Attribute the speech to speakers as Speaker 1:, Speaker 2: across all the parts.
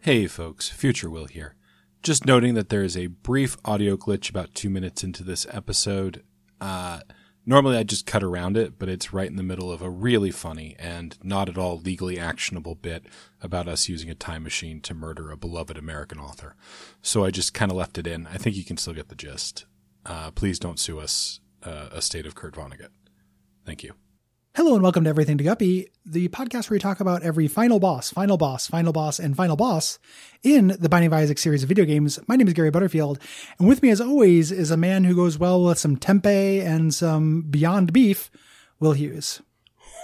Speaker 1: Hey folks, Future Will here. Just noting that there is a brief audio glitch about two minutes into this episode. Uh, normally I just cut around it, but it's right in the middle of a really funny and not at all legally actionable bit about us using a time machine to murder a beloved American author. So I just kind of left it in. I think you can still get the gist. Uh, please don't sue us, uh, a state of Kurt Vonnegut. Thank you.
Speaker 2: Hello and welcome to Everything to Guppy, the podcast where we talk about every final boss, final boss, final boss, and final boss in the Binding of Isaac series of video games. My name is Gary Butterfield, and with me, as always, is a man who goes well with some tempeh and some Beyond Beef, Will Hughes.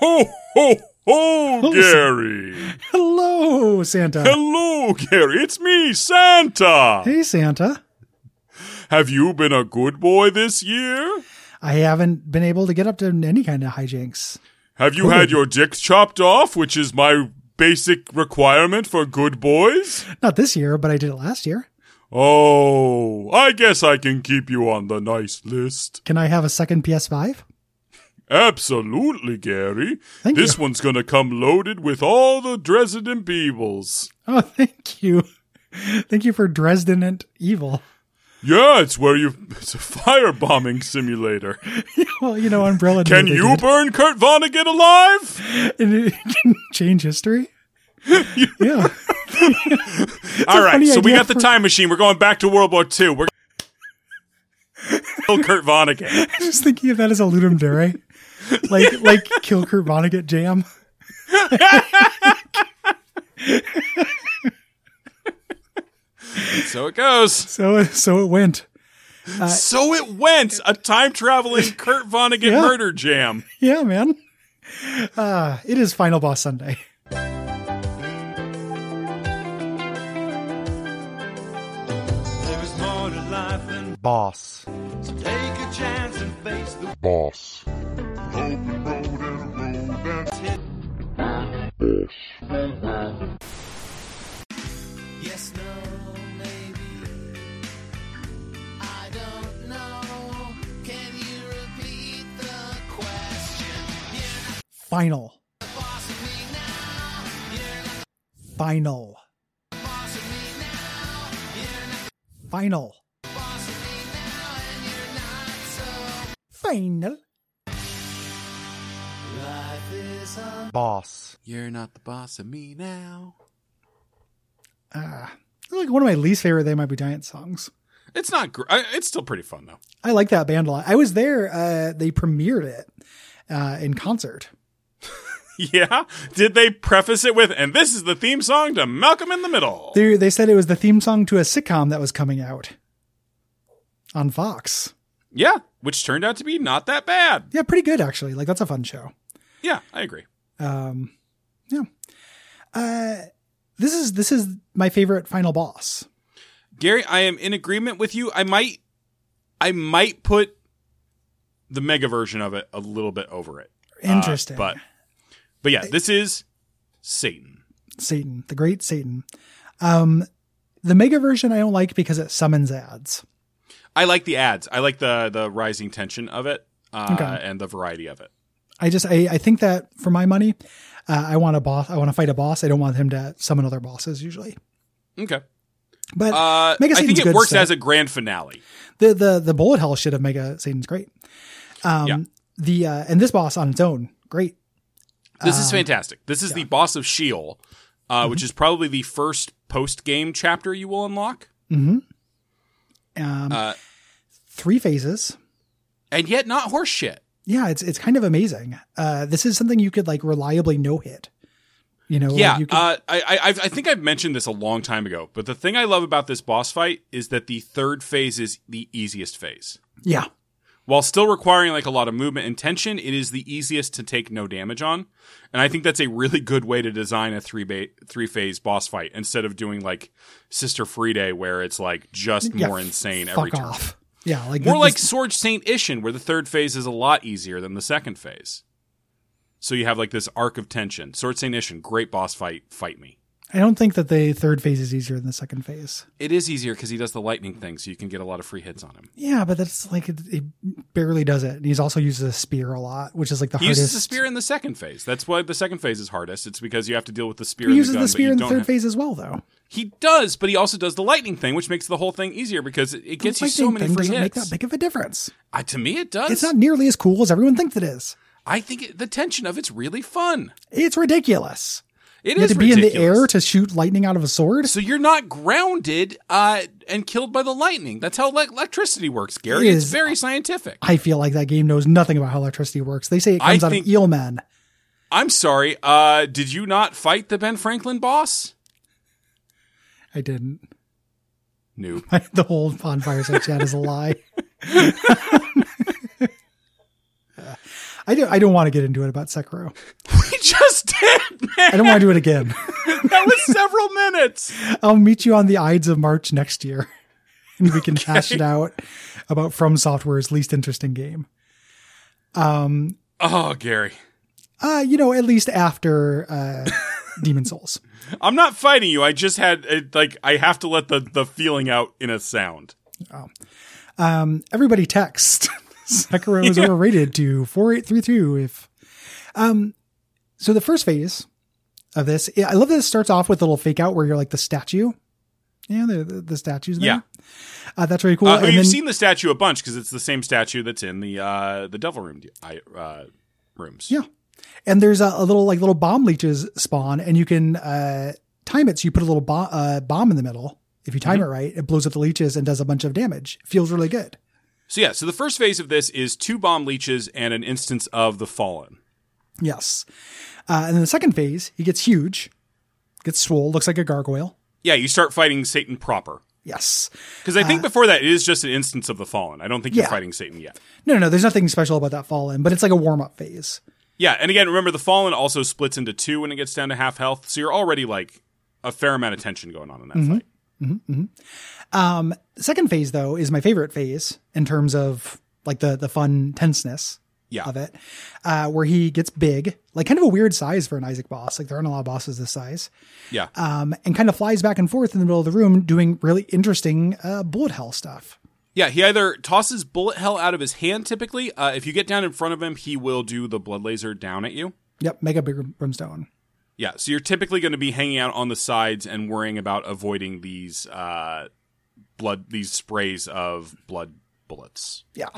Speaker 3: Ho, ho, ho,
Speaker 2: Sa-
Speaker 3: Gary.
Speaker 2: Hello, Santa.
Speaker 3: Hello, Gary. It's me, Santa.
Speaker 2: Hey, Santa.
Speaker 3: Have you been a good boy this year?
Speaker 2: I haven't been able to get up to any kind of hijinks.
Speaker 3: Have you had your dick chopped off, which is my basic requirement for good boys?
Speaker 2: Not this year, but I did it last year.
Speaker 3: Oh, I guess I can keep you on the nice list.
Speaker 2: Can I have a second PS5?
Speaker 3: Absolutely, Gary.
Speaker 2: Thank
Speaker 3: this
Speaker 2: you.
Speaker 3: one's gonna come loaded with all the Dresden Beebles.
Speaker 2: Oh, thank you. thank you for Dresden and Evil.
Speaker 3: Yeah, it's where you. It's a firebombing simulator.
Speaker 2: Well, you know, Umbrella. knew
Speaker 3: Can
Speaker 2: they
Speaker 3: you
Speaker 2: did.
Speaker 3: burn Kurt Vonnegut alive?
Speaker 2: and it can change history. yeah.
Speaker 3: All right,
Speaker 2: funny
Speaker 3: so we
Speaker 2: idea
Speaker 3: got the
Speaker 2: for-
Speaker 3: time machine. We're going back to World War II. We're kill Kurt Vonnegut.
Speaker 2: I'm just thinking of that as a Ludum Dare. Like like kill Kurt Vonnegut jam.
Speaker 3: So it goes.
Speaker 2: So so it went.
Speaker 3: So it went. A time traveling Kurt Vonnegut
Speaker 2: Yeah.
Speaker 3: murder jam.
Speaker 2: Yeah, man. Uh, it is Final Boss Sunday.
Speaker 4: There is more to life than
Speaker 5: boss.
Speaker 4: so take a chance and face the
Speaker 5: Boss.
Speaker 4: yes, no, maybe. I don't know. Can you repeat the question?
Speaker 2: Final. Final. Final. Final.
Speaker 5: Boss.
Speaker 1: You're not the boss of me now.
Speaker 2: It's like one of my least favorite They Might Be Giant songs.
Speaker 1: It's not gr- I- It's still pretty fun though.
Speaker 2: I like that band a lot. I was there. Uh, they premiered it uh, in concert.
Speaker 3: Yeah. Did they preface it with, and this is the theme song to Malcolm in the Middle?
Speaker 2: They they said it was the theme song to a sitcom that was coming out on Fox.
Speaker 3: Yeah, which turned out to be not that bad.
Speaker 2: Yeah, pretty good actually. Like that's a fun show.
Speaker 3: Yeah, I agree.
Speaker 2: Um, yeah. Uh, this is this is my favorite final boss.
Speaker 3: Gary, I am in agreement with you. I might, I might put the mega version of it a little bit over it. Uh,
Speaker 2: Interesting.
Speaker 3: but, but yeah, this is Satan.
Speaker 2: Satan, the great Satan. Um, the mega version I don't like because it summons ads.
Speaker 3: I like the ads. I like the the rising tension of it uh,
Speaker 2: Okay.
Speaker 3: and the variety of it.
Speaker 2: I just I, I think that for my money, uh, I want a boss. I want to fight a boss. I don't want him to summon other bosses usually.
Speaker 3: Okay,
Speaker 2: But
Speaker 3: uh,
Speaker 2: Mega
Speaker 3: I
Speaker 2: Satan's
Speaker 3: think it
Speaker 2: good
Speaker 3: works
Speaker 2: still.
Speaker 3: as a grand finale.
Speaker 2: the the the bullet hell shit of Mega Satan's great. Um,
Speaker 3: Yeah.
Speaker 2: The uh, and this boss on its own, great.
Speaker 3: This
Speaker 2: Um,
Speaker 3: is fantastic. This is the boss of Sheol, uh,
Speaker 2: Mm-hmm.
Speaker 3: which is probably the first post game chapter you will unlock.
Speaker 2: Mm-hmm. Um,
Speaker 3: Uh,
Speaker 2: three phases.
Speaker 3: and yet not horse shit.
Speaker 2: Yeah, it's it's kind of amazing. Uh, this is something you could like reliably no hit. You know, like,
Speaker 3: Yeah,
Speaker 2: you could,
Speaker 3: uh, I, I I've- I think I've mentioned this a long time ago, but the thing I love about this boss fight is that the third phase is the easiest phase.
Speaker 2: yeah,
Speaker 3: while still requiring like a lot of movement and tension, it is the easiest to take no damage on. And I think that's a really good way to design a three ba- three phase boss fight instead of doing like Sister Friday where it's like just
Speaker 2: Yeah,
Speaker 3: more insane
Speaker 2: fuck
Speaker 3: every turn.
Speaker 2: off. Yeah, like
Speaker 3: More
Speaker 2: this-
Speaker 3: like Sword Saint Ishin where the third phase is a lot easier than the second phase. So you have like this arc of tension. Sword Saint Ishin, great boss fight, fight me.
Speaker 2: I don't think that the third phase is easier than the second phase.
Speaker 3: It is easier because he does the lightning thing, so you can get a lot of free hits on him.
Speaker 2: Yeah, but that's like it, it barely does it. And he's also uses a spear a lot, which is like the
Speaker 3: He
Speaker 2: hardest.
Speaker 3: uses the spear in the second phase. That's why the second phase is hardest. It's because you have to deal with the spear.
Speaker 2: He
Speaker 3: and
Speaker 2: uses
Speaker 3: the, gun,
Speaker 2: the
Speaker 3: but you
Speaker 2: spear in the
Speaker 3: don't
Speaker 2: third
Speaker 3: have-
Speaker 2: phase as well, though.
Speaker 3: He does, but he also does the lightning thing, which makes the whole thing easier because it, it
Speaker 2: The
Speaker 3: gets you so
Speaker 2: lightning
Speaker 3: many
Speaker 2: thing
Speaker 3: free
Speaker 2: doesn't make
Speaker 3: hits.
Speaker 2: that big of a difference.
Speaker 3: I, to me, it does.
Speaker 2: It's not nearly as cool as everyone thinks it is.
Speaker 3: I think it, the tension of it's really fun.
Speaker 2: It's ridiculous.
Speaker 3: It
Speaker 2: You
Speaker 3: is
Speaker 2: have to be
Speaker 3: ridiculous.
Speaker 2: in the air to shoot lightning out of a sword.
Speaker 3: so you're not grounded uh, and killed by the lightning. That's how le- electricity works, Gary.
Speaker 2: It
Speaker 3: It's
Speaker 2: is-
Speaker 3: very scientific.
Speaker 2: I feel like that game knows nothing about how electricity works. They say it
Speaker 3: I
Speaker 2: comes out
Speaker 3: think-
Speaker 2: of eel men.
Speaker 3: I'm sorry. Uh, did you not fight the Ben Franklin boss?
Speaker 2: I didn't.
Speaker 3: Noob.
Speaker 2: the whole bonfire sex chat is a lie. I don't. I don't want to get into it about Sekiro.
Speaker 3: we just did, man.
Speaker 2: I don't want to do it again.
Speaker 3: That was several minutes.
Speaker 2: I'll meet you on the Ides of March next year, and we can hash it out about From Software's least interesting game. Um.
Speaker 3: Oh, Gary.
Speaker 2: Uh. You know, at least after uh, Demon Souls.
Speaker 3: I'm not fighting you. I just had it, like I have to let the the feeling out in a sound.
Speaker 2: Um, everybody text. Sekiro is overrated to 4832 if um so the first phase of this yeah, I love that it starts off with a little fake out where you're like the statue. Yeah, the the, the statue's there.
Speaker 3: Yeah.
Speaker 2: Uh, that's really cool.
Speaker 3: uh,
Speaker 2: and
Speaker 3: you've
Speaker 2: then
Speaker 3: seen the statue a bunch because it's the same statue that's in the uh the devil room de- I, uh, rooms.
Speaker 2: Yeah. and there's a, a little like little bomb leeches spawn and you can uh time it so you put a little bo- uh, bomb in the middle. If you time it right, it blows up the leeches and does a bunch of damage. Feels really good.
Speaker 3: So yeah. So the first phase of this is two bomb leeches and an instance of the fallen.
Speaker 2: Yes. Uh, and then the second phase, he gets huge, gets swole, looks like a gargoyle.
Speaker 3: Yeah. You start fighting Satan proper
Speaker 2: Yes.
Speaker 3: because I think before that it is just an instance of the fallen. I don't think
Speaker 2: Uh-huh. yeah.
Speaker 3: you're fighting Satan yet.
Speaker 2: No, no, no. There's nothing special about that fall in, but it's like a warm up phase.
Speaker 3: Yeah, and again, remember the Fallen also splits into two when it gets down to half health, so you're already like a fair amount of tension going on in that
Speaker 2: Mm-hmm.
Speaker 3: fight.
Speaker 2: The second phase, though, is my favorite phase in terms of like the the fun tenseness
Speaker 3: Yeah.
Speaker 2: of it, uh, where he gets big, like kind of a weird size for an Isaac boss. Like there aren't a lot of bosses this size,
Speaker 3: Yeah,
Speaker 2: um, and kind of flies back and forth in the middle of the room, doing really interesting uh, bullet hell stuff.
Speaker 3: yeah. He either tosses bullet hell out of his hand. Typically, uh, if you get down in front of him, he will do the blood laser down at you.
Speaker 2: Yep, mega big brimstone.
Speaker 3: Yeah, so you're typically going to be hanging out on the sides and worrying about avoiding these uh, blood, these sprays of blood bullets.
Speaker 2: yeah,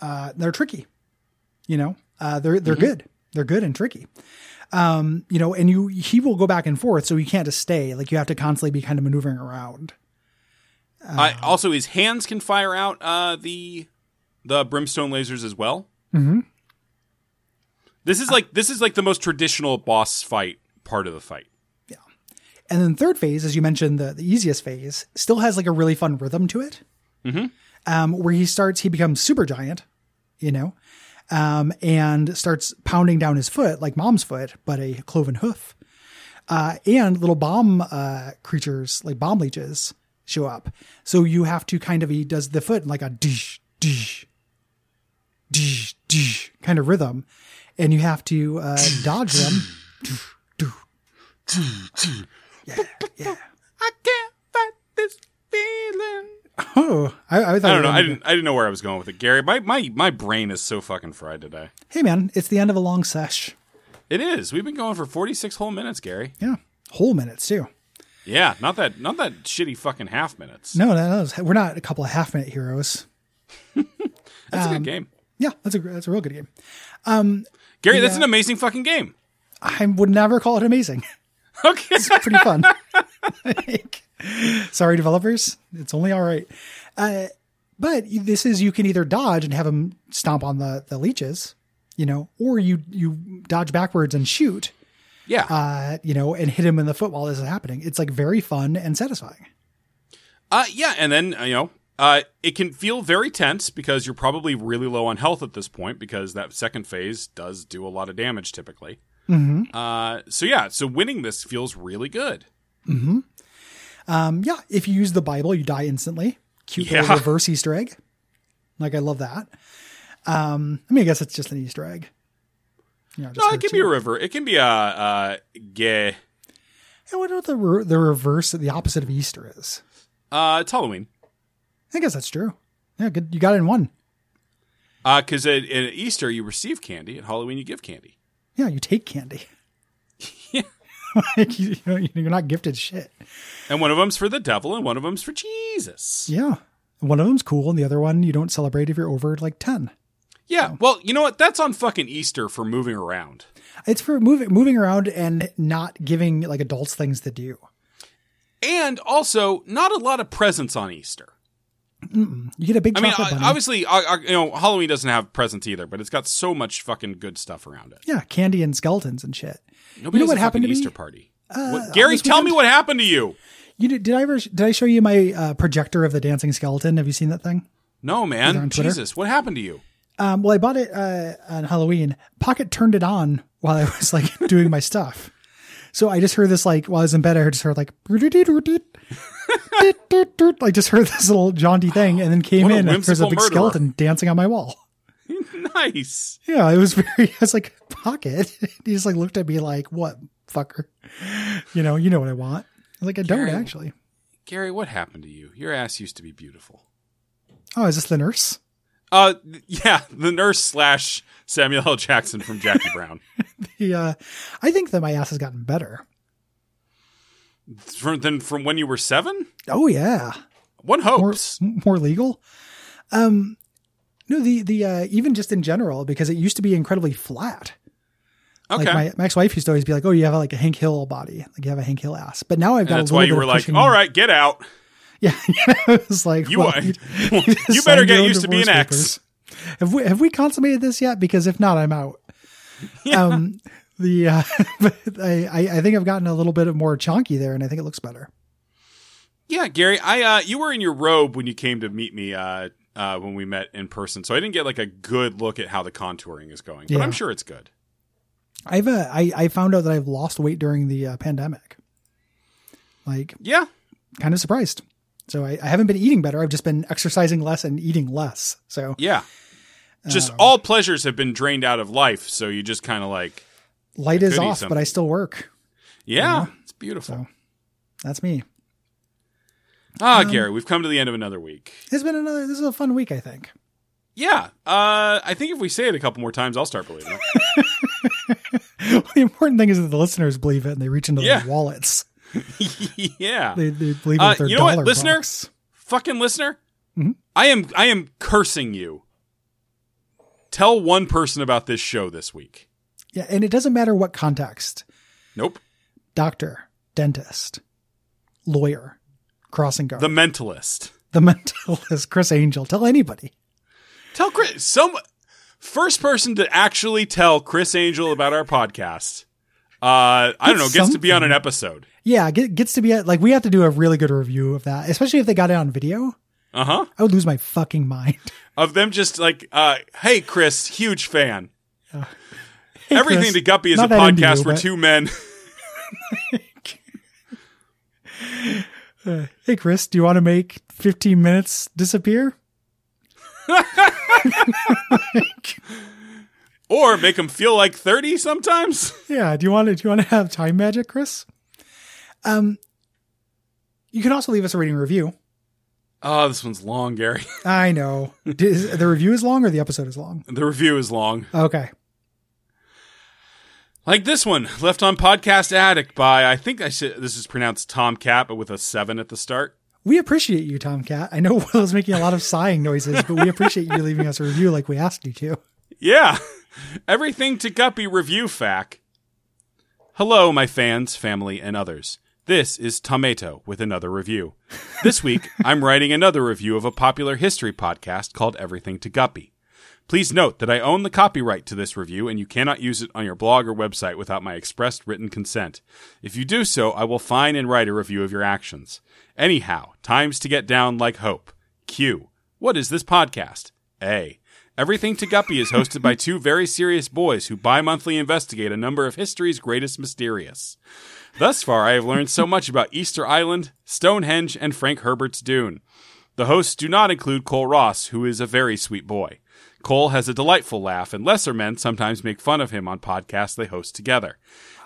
Speaker 2: uh, they're tricky. You know, uh, they're they're good. They're good and tricky. Um, you know, and you he will go back and forth, so you can't just stay. Like you have to constantly be kind of maneuvering around.
Speaker 3: I, also, his hands can fire out uh, the the brimstone lasers as well. Mm-hmm. This is like this is like the most traditional boss fight part of the fight.
Speaker 2: And then third phase, as you mentioned, the, the easiest phase, still has like a really fun rhythm to it. Mm-hmm. Um, where he starts, he becomes super giant, you know, um, and starts pounding down his foot like mom's foot, but a cloven hoof. Uh, and little bomb uh, creatures like bomb leeches show up. So you have to kind of he does the foot in like a dish dish dish dish kind of rhythm, and you have to uh, dodge them.
Speaker 3: I can't fight this feeling.
Speaker 2: Oh, I, I thought
Speaker 3: I
Speaker 2: you
Speaker 3: don't
Speaker 2: were
Speaker 3: know. I
Speaker 2: gonna-
Speaker 3: didn't. I didn't know where I was going with it, Gary. My my my brain is so fucking fried today.
Speaker 2: Hey man, it's the end of a long sesh.
Speaker 3: It is. We've been going for forty six whole minutes, Gary.
Speaker 2: Yeah, whole minutes too.
Speaker 3: Yeah, not that not that shitty fucking half minutes.
Speaker 2: No, no, no we're not a couple of half minute heroes.
Speaker 3: That's a good game,
Speaker 2: Yeah, that's a that's a real good game.
Speaker 3: Gary. That's an amazing fucking game.
Speaker 2: I would never call it amazing.
Speaker 3: Okay.
Speaker 2: Pretty fun. Like, sorry, developers, it's only all right. Uh, but this is you can either dodge and have them stomp on the the leeches, you know, or you you dodge backwards and shoot,
Speaker 3: Yeah.
Speaker 2: uh, you know, and hit him in the foot while this is happening. It's like very fun and satisfying.
Speaker 3: Uh, yeah, and then uh, you know, uh, it can feel very tense because you're probably really low on health at this point because that second phase does do a lot of damage typically. Mm-hmm. Uh, so yeah, so winning this feels really good.
Speaker 2: Um, yeah, if you use the Bible, you die instantly. Cute
Speaker 3: Yeah.
Speaker 2: little reverse Easter egg. Like I love that. Um, I mean, I guess it's just an Easter egg. You know, just
Speaker 3: No, Uh, it
Speaker 2: hurts
Speaker 3: can be
Speaker 2: you.
Speaker 3: a river. It can be a uh, gay.
Speaker 2: I wonder what the re- the reverse, the opposite of Easter is.
Speaker 3: Uh, it's Halloween.
Speaker 2: I guess that's true. Yeah, good. You got it in one.
Speaker 3: Because Uh, at, at Easter you receive candy, at Halloween you give candy.
Speaker 2: Yeah, you take candy. like you, you know, you're not gifted shit.
Speaker 3: And one of them's for the devil, and one of them's for Jesus.
Speaker 2: Yeah, one of them's cool, and the other one you don't celebrate if you're over like ten.
Speaker 3: Yeah. Well, you know what? That's on fucking Easter for moving around.
Speaker 2: It's for moving moving around and not giving like adults things to do.
Speaker 3: And also, not a lot of presents on Easter.
Speaker 2: You get a big
Speaker 3: I mean,
Speaker 2: chocolate
Speaker 3: I-
Speaker 2: bunny.
Speaker 3: obviously, I, I, you know, Halloween doesn't have presents either, but it's got so much fucking good stuff around it.
Speaker 2: yeah, candy and skeletons and shit.
Speaker 3: Nobody
Speaker 2: you know
Speaker 3: has
Speaker 2: what
Speaker 3: a
Speaker 2: happened to
Speaker 3: fucking
Speaker 2: me? Uh,
Speaker 3: Easter party.
Speaker 2: on
Speaker 3: what, Gary,
Speaker 2: this
Speaker 3: tell me
Speaker 2: weekend-
Speaker 3: what happened to you.
Speaker 2: You did, did I ever did I show you my uh, projector of the dancing skeleton? Have you seen that thing?
Speaker 3: No,
Speaker 2: Either
Speaker 3: man.
Speaker 2: on Twitter?
Speaker 3: Jesus, what happened to you?
Speaker 2: Um, well, I bought it uh, on Halloween. Pocket turned it on while I was like doing my stuff. So I just heard this like while I was in bed. I heard just heard like like just heard this little jaunty thing, and then came
Speaker 3: What a
Speaker 2: in and there's a
Speaker 3: whimsical
Speaker 2: big
Speaker 3: murderer.
Speaker 2: skeleton dancing on my wall.
Speaker 3: Nice.
Speaker 2: Yeah, it was very. I was like, "Pocket." He just like looked at me like, "What, fucker?" You know, you know what I want. I was like, "I don't
Speaker 3: Gary.
Speaker 2: actually."
Speaker 3: Gary, what happened to you? Your ass used to be beautiful.
Speaker 2: Oh, is this the nurse?
Speaker 3: Uh, th- yeah, the nurse slash Samuel L. Jackson from Jackie Brown.
Speaker 2: Yeah, uh, I think that my ass has gotten better.
Speaker 3: From, then from when you were seven?
Speaker 2: Oh yeah,
Speaker 3: One
Speaker 2: more
Speaker 3: hopes.
Speaker 2: more legal. Um, no, the the uh, even just in general because it used to be incredibly flat.
Speaker 3: okay.
Speaker 2: Like my, my ex wife used to always be like, "Oh, you have like a Hank Hill body, like you have a Hank Hill ass." But now I've got
Speaker 3: and that's
Speaker 2: a little
Speaker 3: why
Speaker 2: bit
Speaker 3: you were
Speaker 2: of
Speaker 3: like,
Speaker 2: pushing-
Speaker 3: all right, get out.
Speaker 2: Yeah, it was like
Speaker 3: You,
Speaker 2: well,
Speaker 3: are-
Speaker 2: you-
Speaker 3: you better
Speaker 2: signed your
Speaker 3: get
Speaker 2: own
Speaker 3: used to being
Speaker 2: divorce
Speaker 3: ex.
Speaker 2: papers. Have we have we consummated this yet? Because if not, I'm out. Um, the uh, but I I I think I've gotten a little bit of more chonky there, and I think it looks better.
Speaker 3: Yeah, Gary, I uh, you were in your robe when you came to meet me uh, uh, when we met in person, so I didn't get like a good look at how the contouring is going, but
Speaker 2: Yeah.
Speaker 3: I'm sure it's good.
Speaker 2: I've uh, I I found out that I've lost weight during the uh, pandemic. Like,
Speaker 3: Yeah,
Speaker 2: kind of surprised. So I, I haven't been eating better. I've just been exercising less and eating less. So
Speaker 3: yeah. Just all pleasures have been drained out of life, so you just kind of like,
Speaker 2: light
Speaker 3: I
Speaker 2: is
Speaker 3: could eat
Speaker 2: off, but I
Speaker 3: something.
Speaker 2: still work.
Speaker 3: yeah, it's beautiful.
Speaker 2: That's me.
Speaker 3: Ah, Gary, we've come to the end of another week.
Speaker 2: It's been another. This is a fun week. I think.
Speaker 3: Yeah, uh, I think if we say it a couple more times, I'll start believing it.
Speaker 2: the important thing is that the listeners believe it and they reach into
Speaker 3: Yeah.
Speaker 2: their wallets.
Speaker 3: yeah,
Speaker 2: They, they believe it
Speaker 3: Uh,
Speaker 2: with their
Speaker 3: you know what,
Speaker 2: dollar
Speaker 3: listener?
Speaker 2: box.
Speaker 3: fucking listener,
Speaker 2: Mhm.
Speaker 3: I am I am cursing you. Tell one person about this show this week.
Speaker 2: Yeah, and it doesn't matter what context.
Speaker 3: Nope.
Speaker 2: Doctor, dentist, lawyer, crossing guard,
Speaker 3: The
Speaker 2: the,
Speaker 3: Mentalist.
Speaker 2: mentalist, Chris Angel. Tell anybody.
Speaker 3: Tell Chris some first person to actually tell Chris Angel about our podcast. Uh, I don't know,
Speaker 2: It's
Speaker 3: gets to be on an episode.
Speaker 2: Yeah, get, gets to be a, like we have to do a really good review of that, especially if they got it on video.
Speaker 3: Uh huh.
Speaker 2: I would lose my fucking mind.
Speaker 3: Of them just like, uh, hey Chris, huge fan.
Speaker 2: Hey,
Speaker 3: Everything
Speaker 2: Chris,
Speaker 3: to Guppy is a
Speaker 2: not that into
Speaker 3: podcast
Speaker 2: you,
Speaker 3: where
Speaker 2: but-
Speaker 3: two men.
Speaker 2: Hey, Chris, do you want to make 15 minutes disappear?
Speaker 3: Or make them feel like 30 sometimes.
Speaker 2: Yeah. Do you want to do you want to have time magic, Chris? Um, you can also leave us a rating review.
Speaker 3: Oh, this one's long, Gary.
Speaker 2: I know. Is, the review is long or the episode is long?
Speaker 3: The review is long.
Speaker 2: Okay.
Speaker 3: Like this one, left on Podcast Addict by, I think I should, this is pronounced Tom Cat, but with a seven at the start.
Speaker 2: We appreciate you, Tomcat. I know Willow's making a lot of sighing noises, but we appreciate you leaving us a review like we asked you to.
Speaker 3: Yeah. Everything to Guppy Review Fac. Hello, my fans, family, and others. This is Tomato with another review. This week, I'm writing another review of a popular history podcast called Everything to Guppy. Please note that I own the copyright to this review and you cannot use it on your blog or website without my expressed written consent. If you do so, I will fine and write a review of your actions. Anyhow, times to get down like hope. Q. What is this podcast? A. Everything to Guppy is hosted by two very serious boys who bi monthly investigate a number of history's greatest mysterious. Thus far, I have learned so much about Easter Island, Stonehenge, and Frank Herbert's Dune. The hosts do not include Cole Ross, who is a very sweet boy. Cole has a delightful laugh, and lesser men sometimes make fun of him on podcasts they host together.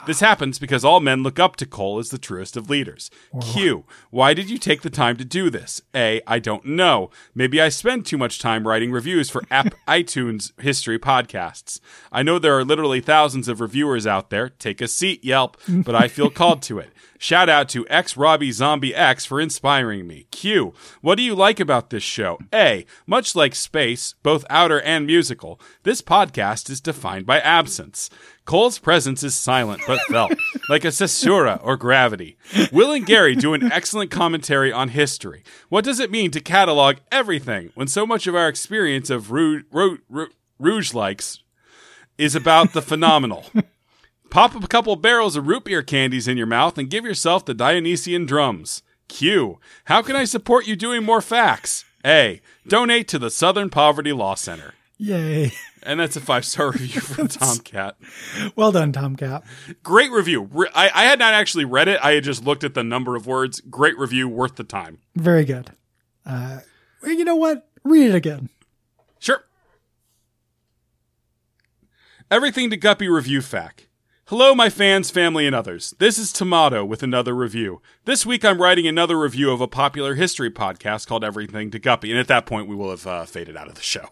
Speaker 3: This happens because all men look up to Cole as the truest of leaders. Q. Why did you take the time to do this? A. I don't know. Maybe I spend too much time writing reviews for app iTunes history podcasts. I know there are literally thousands of reviewers out there. Take a seat, Yelp, but I feel called to it. Shout out to X Robbie Zombie X for inspiring me. Q. What do you like about this show? A. Much like space, both outer and musical, this podcast is defined by absence. Cole's presence is silent but felt, like a caesura or gravity. Will and Gary do an excellent commentary on history. What does it mean to catalog everything when so much of our experience of Rouge, Rouge likes is about the phenomenal? Pop a couple barrels of root beer candies in your mouth and give yourself the Dionysian drums. Q. How can I support you doing more facts? A. Donate to the Southern Poverty Law Center.
Speaker 2: Yay.
Speaker 3: And that's a five star review from Tomcat.
Speaker 2: Well done, Tomcat.
Speaker 3: Great review. Re- I, I had not actually read it. I had just looked at the number of words. Great review, worth the time.
Speaker 2: Very good. Uh, well, you know what? Read it again.
Speaker 3: Sure. Everything to Guppy Review Fac. Hello, my fans, family, and others. This is Tomato with another review. This week I'm writing another review of a popular history podcast called Everything to Guppy, and at that point we will have uh, faded out of the show.